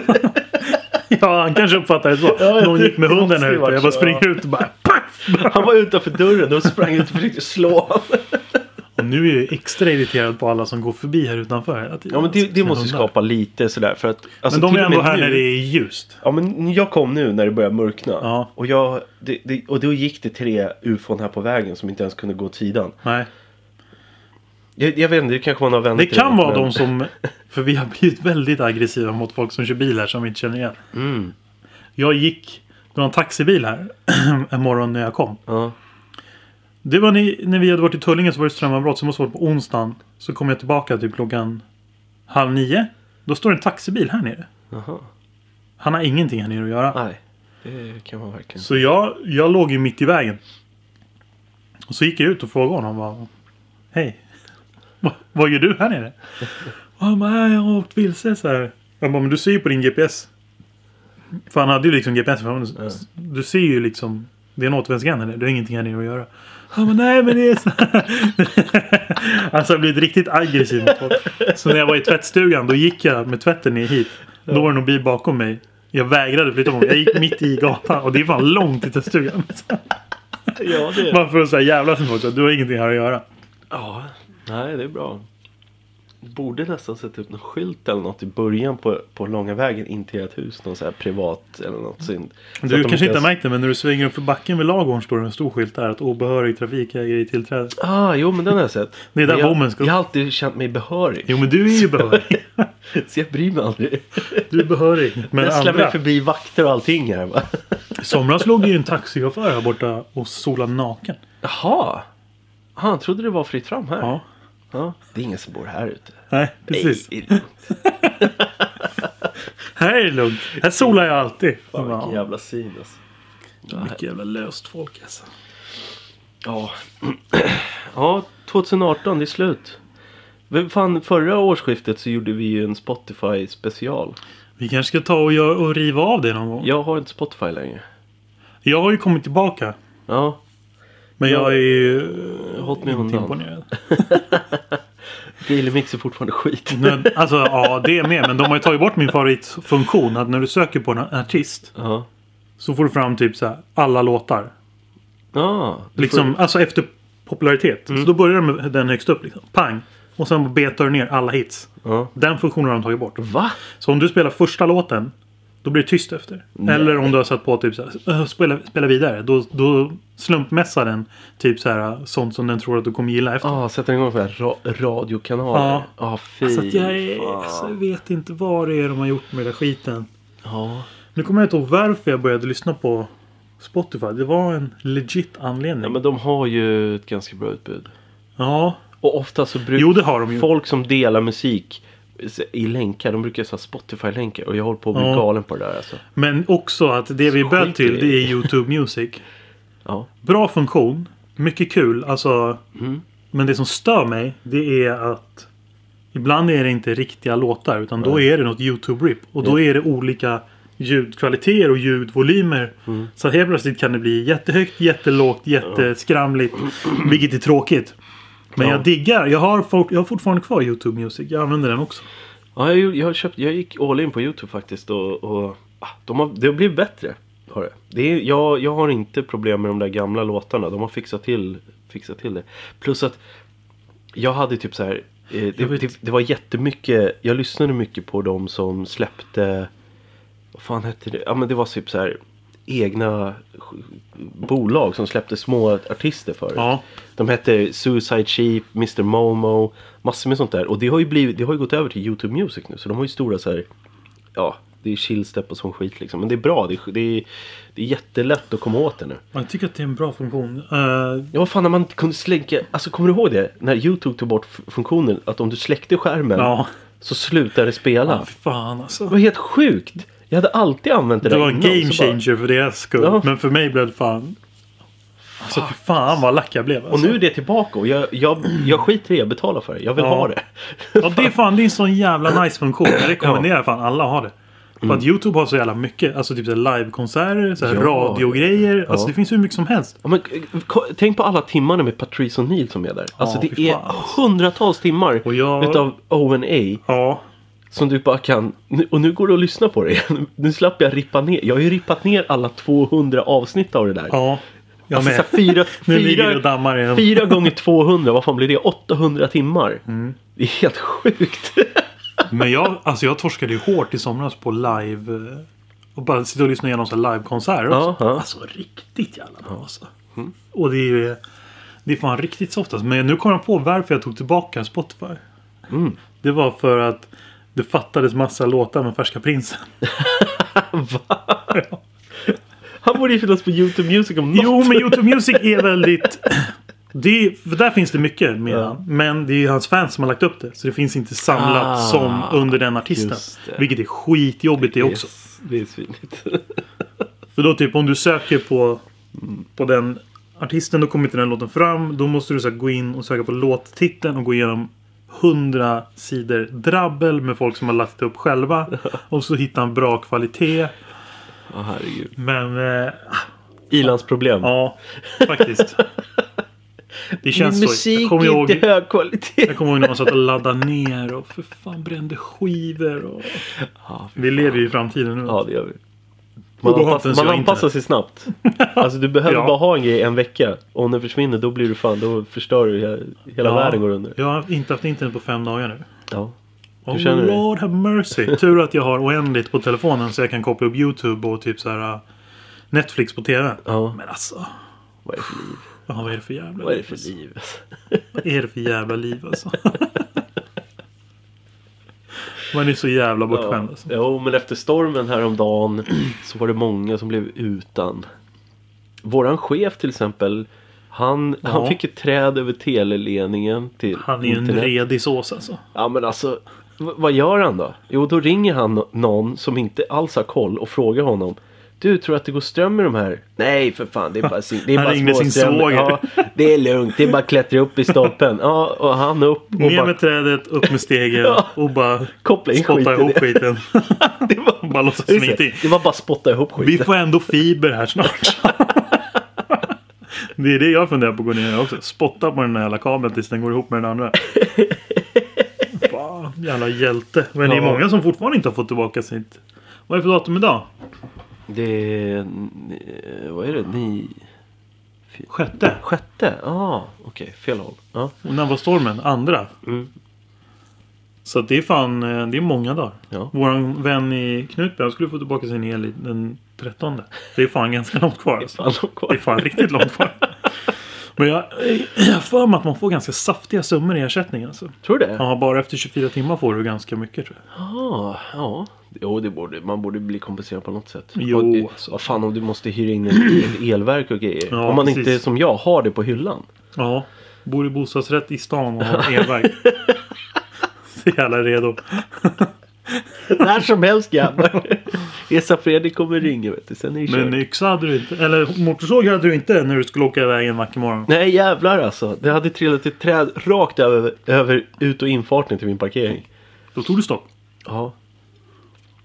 Ja, han kanske uppfattade det så.
jag
Någon
tror-
gick med
det
hunden
måste
här
ju
ute. och Jag
varit
bara
så,
springer ut och bara paff!
Han var utanför dörren och sprang ut och försökte slå honom.
Och nu är jag extra irriterad på alla som går förbi här utanför. Att-
Ja, men det, det måste ju
hundar.
skapa lite sådär. För att,
Men
alltså,
de
till
är
och med
ändå här
nu-
när det är ljust.
Ja men jag kom nu när det började mörkna.
Ja.
Och, jag, det, det, och då gick det tre ufon här på vägen som inte ens kunde gå åt sidan.
Nej.
Jag, jag vet inte, det kanske var några vänner
Det
till
kan
mig,
vara
men-
de som... För vi har blivit väldigt aggressiva mot folk som kör bil här som vi inte känner igen.
Mm.
Jag gick... Det var en taxibil här en morgon när jag kom.
Ja.
Det var ni, när vi hade varit i Tullinge så var det strömavbrott. Så det måste ha varit på onsdagen. Så kom jag tillbaka typ klockan halv nio. Då står det en taxibil här nere.
Jaha.
Han har ingenting här nere att göra.
Nej. Det kan man verkligen.
Så jag, jag låg ju mitt i vägen. Och så gick jag ut och frågade honom. Bara, Hej. Vad, vad gör du här nere? Och han bara, "Nej, jag har åkt vilse så här. Jag bara, men du ser ju på din GPS. För han hade ju liksom GPS. För han, Du ser ju liksom. Det är en återvändsgränd här nere. Du har ingenting här nere att göra. Han bara, nej men det är så här. Alltså jag har blivit riktigt aggressiv mot folk. Så när jag var i tvättstugan då gick jag med tvätten ner hit. Då var det nog bil bakom mig. Jag vägrade flytta på mig. Jag gick mitt i gatan och det är fan långt till tvättstugan.
Ja, det...
Bara för att säga jävlas med folk. så att Du har ingenting här att göra.
ja. Nej, det är bra. Borde nästan sätta upp någon skylt eller något i början på, på långa vägen in till ert hus. Någon så här privat eller något synd. Så att
Mm. Du
de
kanske inte har
ens-
märkt det men när du svänger upp för backen vid ladugården står det en stor skylt där. Att obehörig trafikägare i tillträde.
Ah, jo men den har jag sett.
Det är där
Men jag,
bommen ska-
Jag har alltid känt mig behörig.
Jo men du är ju behörig.
Så jag bryr mig aldrig.
Du är behörig. Men
jag släpper
andra.
förbi vakter och allting här va.
I somras låg ju en taxichaufför här borta och solade naken.
Jaha. Ah, han trodde det var fritt fram här.
Ja.
Ja, Det är ingen som bor här ute.
Nej precis.
Nej, det är lugnt.
Här är det lugnt. Här solar jag alltid.
Fan,
Ja.
vilken jävla syn alltså.
Mycket jävla löst folk alltså.
Ja. ja, 2018 det är slut. Vem Fan, förra årsskiftet så gjorde vi ju en Spotify special.
Vi kanske ska ta och, gör, och riva av det någon gång.
Jag har inte Spotify längre.
Jag har ju kommit tillbaka.
Ja,
Men jag är ju
jag har hållit mig
inte
undan.
imponerad.
Dailymix är fortfarande skit.
Men, alltså ja, det är med. Men de har ju tagit bort min favoritfunktion. Att när du söker på en artist
Ja.
så får du fram typ så här, alla låtar.
Ja, du Mm.
Liksom, alltså efter popularitet. Så då börjar de med den högst upp. Liksom. Pang! Och sen betar du ner alla hits.
Får, ja.
Den funktionen har de tagit bort.
Va?
Så om du spelar första låten Då blir det tyst efter.
Mm.
Eller om du har satt på typ så här, "Äh, spela, spela vidare. Då, då slumpmässar den typ så här sånt som den tror att du kommer gilla efter.
Ah, sätter igång för ra radiokanaler.
Ja.
ah, fy
Så att jag, är,
fan.
alltså, jag vet inte vad det är de har gjort med den där skiten.
Ja.
Nu kommer jag inte ihåg varför jag började lyssna på Spotify. Det var en legit anledning. Ja,
ja, men de har ju ett ganska bra utbud. Och ofta så brukar
Jo, det har de ju.
folk som delar musik i länkar, de brukar säga Spotify-länkar. Och jag håller på att bli
Ja.
galen på det där alltså.
men också att det vi
Så
böt
skit
till
i
det
det.
är YouTube Music.
Ja.
Bra funktion. Mycket kul. Alltså,
Mm.
Men det som stör mig det är att ibland är det inte riktiga låtar utan då är det något YouTube-rip. Och då är det olika ljudkvaliteter och ljudvolymer. Så helt plötsligt kan det bli jättehögt, jättelågt, jätteskramligt. Vilket är tråkigt. Men
Ja.
jag diggar. Jag har, folk, jag har fortfarande kvar YouTube Music. Jag använder den också.
Ja, jag, gjorde- jag, har köpt, jag gick all in på YouTube faktiskt och, och ah, de har, det har blivit bättre. Har det. Det är, jag, jag har inte problem med de där gamla låtarna. De har fixat till, fixat till det. Plus att jag hade typ så här. eh, Det,
Jag vet-
det, det var jättemycket. Jag lyssnade mycket på de som släppte. Vad fan hette det? Ja men det var typ så här. Egna sj- bolag som släppte små artister förut.
Ja.
De hette Suicide Sheep, Mr Momo, massor med sånt där. Och det har ju, blivit, det har ju gått över till YouTube Music nu. Så de har ju stora så här, ja, det är chillstep och sån skit liksom. Men det är bra, det är, det är, det är jättelätt att komma åt det nu.
Jag tycker att det är en bra funktion. Eh,
Ja, vad fan när man kunde släcka, alltså kommer du ihåg det? När YouTube tog bort f- funktionen att om du släckte skärmen
ja.
så slutade det spela.
Fy fan
Det
alltså.
var helt sjukt! Jag hade alltid använt det
Det
där
var en
innan,
game
så bara-
changer för deras skull.
Ja.
Men för mig blev det fan... Alltså fy fan vad lack jag blev. Alltså.
Och nu är det tillbaka och jag, jag, jag skiter i det, jag betalar för det. Jag vill
Ja.
ha det.
Ja det är fan det är en sån jävla nice funktion. Jag rekommenderar fan alla att ha det. För att Youtube har så jävla mycket. Alltså typ så här livekonserter, så här
Mm. Ja.
radiogrejer. Alltså
Ja.
det finns hur mycket som helst.
Ja, men, eh, ko- tänk på alla timmarna med Patrice O'Neill som är där. Alltså
Ja,
det
fy
är
fan.
hundratals timmar
Och jag-
utav O&A
Ja.
som du bara kan... nu- Och nu går det att lyssna på det igen. Nu slapp jag rippa ner. Jag har ju rippat ner alla 200 avsnitt av det där.
Ja. Jag
alltså, så
med.
här, fyra,
Nu ligger det och
fyra,
dammar i den.
fyra gånger 200, vad fan blir det? 800 timmar.
Mm.
Det är helt sjukt.
Men jag, alltså jag torskade ju hårt i somras på live. eh, Och bara sitta och lyssna igenom så här livekonserter också.
Aha.
Alltså riktigt jävla bra alltså. Och det är ju... Det är fan riktigt soft alltså. Men nu kom jag på varför jag tog tillbaka Spotify.
Mm.
Det var för att det fattades massa låtar med Färska Prinsen.
Han borde ju finnas på YouTube Music om något.
Jo, men Youtube Music är väldigt... Det är, för där finns det mycket mer.
Ja.
Men det är ju hans fans som har lagt upp det. Så det finns inte samlat
Ah,
som under den artisten.
just det.
Vilket är skitjobbigt det också.
Yes, det är svinigt.
För då typ om du söker på, på den artisten då kommer inte den låten fram. Då måste du så här, gå in och söka på låttiteln och gå igenom hundra sidor drabbel med folk som har lagt upp själva. Och så hitta en bra kvalitet.
Åh herregud.
Men eh,
Ilandsproblem.
ja, faktiskt. Det känns
Min
så. Jag
musik
kommer
är
ihåg,
inte hög kvalitet.
jag kommer ihåg när man satt och laddade ner och för fan brände skivor. Och...
Ja,
Vi lever ju i framtiden nu.
Ja, det gör vi.
Och då
Man,
har inte
anpassar,
ens
man
jag
anpassar sig snabbt. Alltså du behöver
Ja.
bara ha en grej en vecka. Och om den försvinner då blir du fan, då förstör du he- hela
Ja.
världen går under.
Jag har inte haft internet på fem dagar nu.
Ja.
Oh
känner dig?
Lord have mercy. Tur att jag har oändligt på telefonen så jag kan koppla upp YouTube och typ så här uh, Netflix på TV.
ja.
Men alltså.
Vad är det för liv?
ja, Vad är det för jävla
Vad är det för
alltså?
liv?
Vad är det för jävla liv alltså? Man är så jävla bortskämd
Ja.
alltså.
Jo, men efter stormen häromdagen så var det många som blev utan. Våran chef till exempel. Han, han
Ja.
fick ett träd över teleledningen till
Han är ju en
internet.
redig sås alltså.
Ja men alltså, v- vad gör han då? Jo, då ringer han nå- någon som inte alls har koll och frågar honom. Du, tror att det går ström i de här? Nej för fan, det är bara, sin- det är
Han
bara
ringde sin
småström.
svåger.
Ja, det är lugnt, det är bara att klättra upp i stolpen. Ja, och han upp och
Ner
bara
med trädet, upp med stegen
Ja.
och bara
koppla in skiten.
spotta ihop
i
skiten.
det. Det var
Bara låtsas som ingenting.
det var bara att spotta ihop skiten.
Vi får ändå fiber här snart. Det är det jag funderar på att gå ner och göra också. Spotta på den här jävla kabeln tills den går ihop med den andra. Fan, jävla hjälte. Men det är
Ja.
många som fortfarande inte har fått tillbaka sitt... Vad är det för datum idag?
Det är, n- vad är det, ni...
Sjätte.
Sjätte? Ja, ah, okej, fel håll. Ja.
Och när var stormen? Andra?
Mm.
Så att det är fan, eh, det är många dagar.
Ja.
Våran vän i Knutby, han skulle få tillbaka sin el den 13. Det är fan ganska långt kvar.
Det är
Alltså.
fan långt
Det är
kvar.
fan riktigt långt kvar. Men jag jag har för mig att man får ganska saftiga summor i ersättning alltså.
Tror du det?
Ja, bara efter 24 timmar får du ganska mycket tror jag.
Ah, ja. Jo, det borde, man borde bli kompenserad på något sätt.
Jo,
Och det,
alltså.
vad fan om du måste hyra in en el, elverk och grejer.
Ja,
om man
precis.
inte som jag har det på hyllan.
Ja, bor i bostadsrätt i stan och har elverk. Så jävla redo.
När som helst grabbar. Esa Fredrik kommer ringa vet du. Sen är det
Men
kört.
yxa hade du inte, eller motorsåg hade du inte när du skulle åka iväg en vacker morgon.
Nej jävlar alltså. Det hade trillat ett träd rakt över, över ut och infarten till min parkering.
Då tog du stopp.
Ja.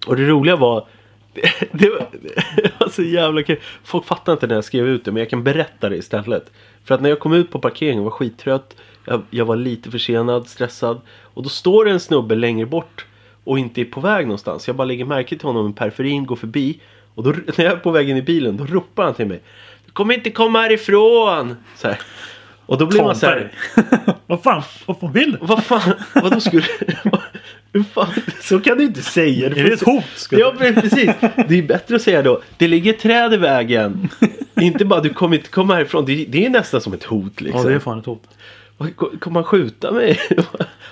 Och det roliga var... Det, det, var, det var så jävla kul. Folk fattar inte när jag skrev ut det men jag kan berätta det istället. För att när jag kom ut på parkeringen var jag skittrött. Jag, jag var lite försenad, stressad. Och då står det en snubbe längre bort och inte är på väg någonstans. Jag bara lägger märke till honom i periferin, går förbi. Och då, när jag är på vägen i bilen då ropar han till mig. Du kommer inte komma härifrån! Så här. Och då blir man så här.
Tomberg. vad fan, vad fan vill du?
Vad fan, vadå skulle... Hur fan, så kan du inte säga. Du
Är
får
det ett
se-
hot? Ska
Ja
du-
men precis. Det är bättre att säga då. Det ligger ett träd i vägen. inte bara du kommer inte komma härifrån. Det, det är nästan som ett hot
ja,
liksom.
det är fan ett hot.
Vad, ko- Kommer han skjuta mig?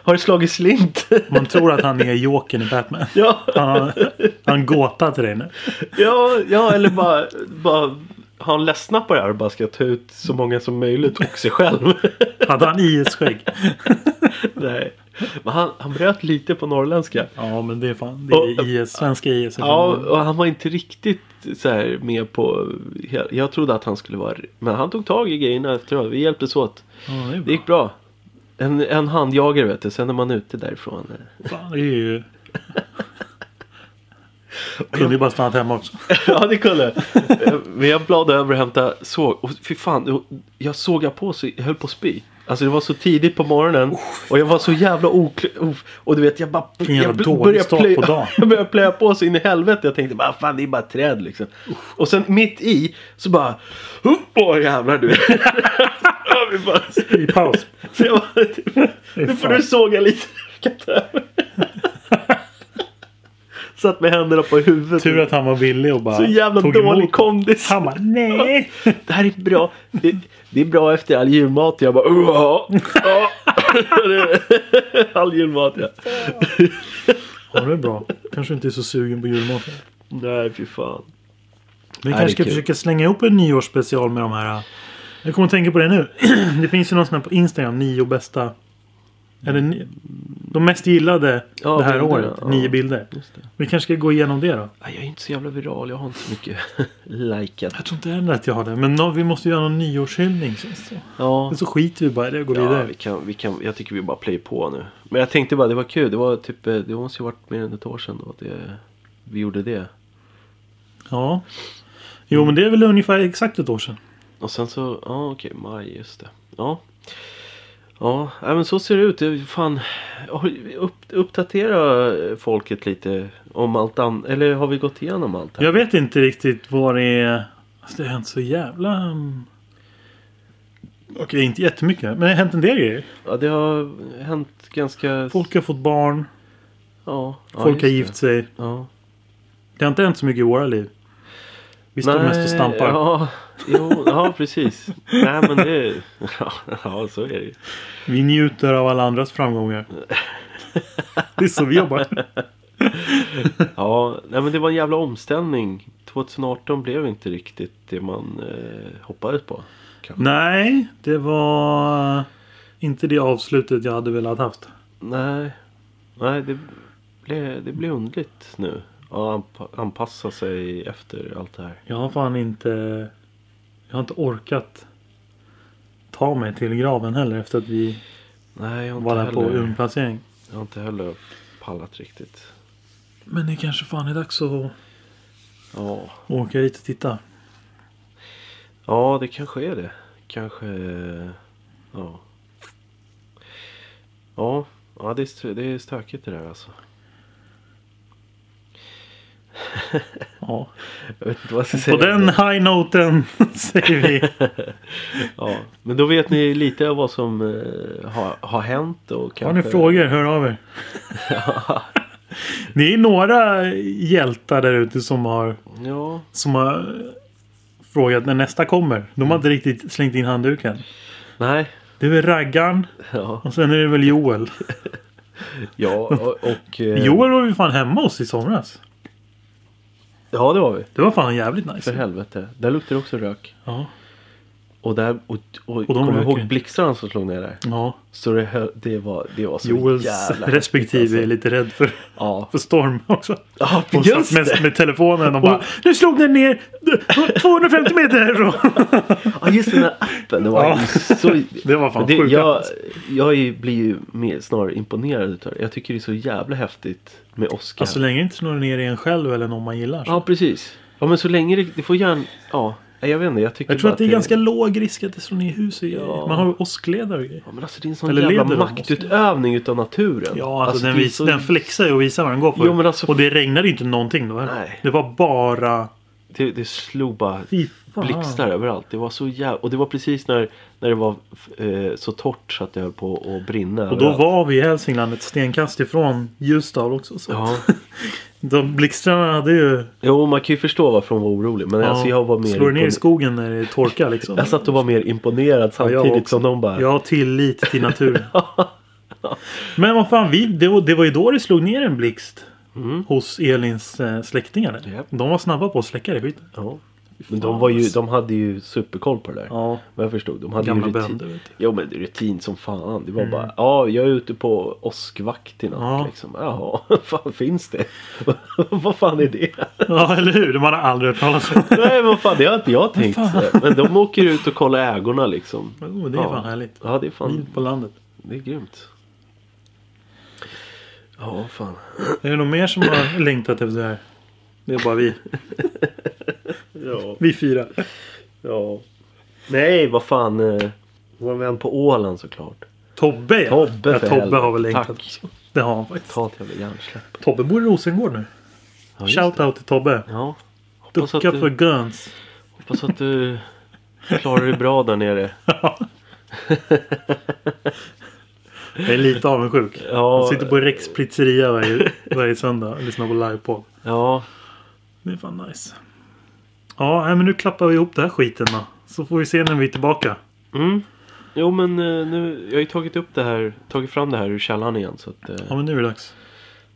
Har det slagit slint?
Man tror att han är Jokern i Batman.
ja,
Han har han har en gåta till dig nu.
ja, ja, eller bara, bara har han ledsnat på det här och bara ska ta ut så många som möjligt och sig själv.
Hade han IS-skägg?
Nej. Men han, han bröt lite på norrländska.
Ja, men det är fan. Det är
Och-
IS, svenska IS.
Ja, och han var inte riktigt så här med på... Jag trodde att han skulle vara... Men han tog tag i grejerna efteråt. Vi hjälptes åt.
Ja, det är
Det
bra.
gick bra. En, en handjagare vet du, sen är man ute därifrån.
Fan, det är ju... Kunde ju bara stannat hemma också.
ja det kunde Men jag bladade över och hämtade såg. Och fy fan, jag såg på så jag höll på att spy. Alltså det var så tidigt på morgonen och jag var så jävla oklar. Och du vet jag bara...
Vilken jävla
jag b-
dålig
började
start på dagen.
jag började plöja på så in i helvete. Jag tänkte bara "Ah, fan det är bara träd liksom. Och sen mitt i så bara... "Upp, Åh jävlar du. Ja, fy fan.
I paus.
så jag bara, nu får
fan.
du såga lite. Jag kan ta över. Satt med händerna på huvudet.
Tur att han var villig och bara
Så jävla
tog
dålig
emot.
kondis.
Han bara nej.
Det här är bra. Det, det är bra efter all julmat. Jag bara "Åh, ja. ja." All julmat ja.
Ja, det är bra. Kanske inte är så sugen på julmat.
Nej fy fan.
Vi
det är
kanske ska
kul.
försöka slänga ihop en nyårsspecial med de här. äh, Jag kommer att tänka på det nu. Det finns ju någon sån här på Instagram. Nio bästa. Eller ni- de mest gillade
Ja,
det här
bilderna,
året.
ja.
Nio bilder.
Just det.
Vi kanske ska gå igenom det då.
Nej, Jag är inte så jävla viral. Jag har inte så mycket likat.
Jag tror inte heller att jag har det. Men nå- vi måste göra någon nyårshyllning. känns det.
Ja.
Men så skiter vi bara i det och går
Ja,
vidare.
vi kan, vi kan, jag tycker vi bara play på nu. Men jag tänkte bara, det var kul. Det var typ, eh, det måste ju varit mer än ett år sedan då. att Det, vi gjorde det.
Ja. Jo men det är väl ungefär exakt ett år sedan.
Och sen så, ja okej, maj, just det. Ja. Ja, nej, men så ser det ut. Det är ju Fan, har- upp, uppdatera folket lite om allt annat. Eller har vi gått igenom allt här?
Jag vet inte riktigt vad det är. Alltså, det har hänt så jävla... mm, Okej, inte jättemycket. Men det har hänt en del grejer.
Ja, det har hänt ganska...
Folk har fått barn.
ja, ja,
Folk
just
har
det.
gift sig.
Ja.
Det har inte hänt så mycket i våra liv. Vi står mest och stampar.
Ja, jo, ja precis. nej men det... Ja, ja, så är det ju.
Vi njuter av alla andras framgångar. det är så vi jobbar.
Ja, nej men det var en jävla omställning. 2018 blev inte riktigt det man eh, hoppades på. Kanske.
Nej, det var inte det avslutet jag hade velat haft.
Nej, nej det, blev, det blev underligt nu. Att anpa- anpassa sig efter allt det här.
Jag har fan inte... Jag har inte orkat ta mig till graven heller efter att vi
Nej, jag har
var
inte,
där på
heller,
urnplacering.
jag har inte heller pallat riktigt.
Men det kanske fan är dags att
Ja,
åka dit och titta.
ja det kanske är det. Kanske... Ja. Ja, ja det, är, stö- det är stökigt det där alltså.
Ja.
Jag vet inte vad jag ska säga.
På den high-noten säger vi.
Ja, men då vet ni lite vad som eh, har, har hänt och
Har
kanske...
ni frågor, hör av er. Ni är några hjältar där ute som har,
Ja,
som har frågat när nästa kommer. De har inte riktigt slängt in handduken.
nej.
Det är väl Raggan
Ja,
och sen är det väl Joel.
ja och... och eh,
Joel var ju fan hemma hos i somras.
Ja, det var vi.
Det var fan jävligt
För
nice.
helvete. Där luktar det också rök.
Ja.
Och där... Och,
de
och, kommer du
röker.
ihåg blixtarna som slog ner där?
ja.
Så det, hö- det, var, det var så
Joels
jävla... alltså.
respektive är lite rädd för,
Ja,
för storm också.
ja
Hon satt
just det.
mest med telefonen och bara Nu slog den ner 250 meter härifrån.
Ja, just den där appen. Det var
Ja.
ju så...
Det var fan
det,
sjukt.
jag, jag är- blir ju mer, snarare imponerad utav det. Jag tycker det är så jävla häftigt med Oscar.
Ja, så Alltså, länge det inte slår ner i en själv eller någon man gillar.
Ja, precis. Ja, men så länge det, det får gärna... Ja, nej, jag vet inte. Jag, tycker
jag tror
bara
att det är ganska låg risk att det slår ner i hus och grejer.
Ja.
Man har ju åskleder och grejer.
Ja, men alltså det är en sån
Eller
jävla
leder de oss?
maktutövning utav naturen.
Ja, alltså, den,
det är
vis, den flexar ju och visar vad den går för.
Jo, men alltså-
Och det regnade ju inte någonting då heller.
Nej.
Det var bara...
det, det slog bara
Fy fan.
blixtar överallt. Det var så jävla... Och det var precis när, när det var eh, så torrt så att det höll på att brinna.
Och då
överallt.
var vi i Hälsingland ett stenkast ifrån Ljusdal också. Så.
Ja,
De blixtarna hade ju...
jo man kan ju förstå varför hon var orolig. Men alltså jag var mer...
slår ner i
impone-
skogen när det är torka liksom.
Jag satt och var mer imponerad
jag
samtidigt
också.
som de bara...
Jag har tillit till naturen. Men vad fan, vi, det, var, det var ju då det slog ner en blixt. Hos Elins eh, släktingar.
Mm. Japp.
De var snabba på att släcka det skiten.
Ja. Men de, var ju, de hade ju superkoll på det där.
Ja.
Vad jag förstod. De hade
Gamla
ju rutin.
bönder, vet du. Mm.
Jo men det är rutin som fan. Det var bara, ja jag är ute på åskvakt i natt
Ja.
liksom. Jaha, vad fan finns det? vad fan är det?
Ja, eller hur? Man har aldrig hört talas om.
Nej men vad fan det har inte jag tänkt. Men de åker ut och kollar ägorna liksom.
Oh, det är
Ja.
fan härligt.
Ja det är fan,
Liv på landet.
det är grymt. Ja fan.
Är det någon mer som har längtat efter det här? Det är bara vi.
Ja.
Vi fyra.
ja. Nej vad fan. eh, Vår vän på Åland såklart.
Tobbe ja.
Tobbe
ja,
för
Tobbe
helvete.
har väl längtat.
Tack.
Det har han faktiskt.
Ta ett jävla hjärnsläpp.
Tobbe bor i Rosengård nu.
Ja, just det.
Shoutout till Tobbe.
Ja. Hoppas att,
Ducka för
du,
guns.
hoppas att du klarar dig bra där nere.
Jag är lite avundsjuk.
Ja,
Han sitter på Rex pizzeria varje, varje söndag och lyssnar på livepodd.
ja,
Det är fan nice. Ja, nej, men nu klappar vi ihop den här skiten då. Så får vi se när vi är tillbaka.
Mm. Jo men eh, nu, jag har ju tagit upp det här, tagit fram det här ur källan igen så att, eh,
Ja, men nu är det dags.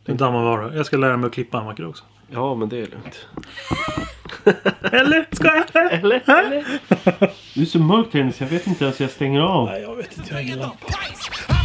Nu dammar vara. Jag ska lära mig att klippa en vacker dag också.
ja men det är lugnt.
Eller? Ska jag?
Eller? Eller? Det är så mörkt här inne så jag vet inte ens hur jag stänger av.
Nej, jag vet inte. Jag har ingen
Get
aning.
the price. I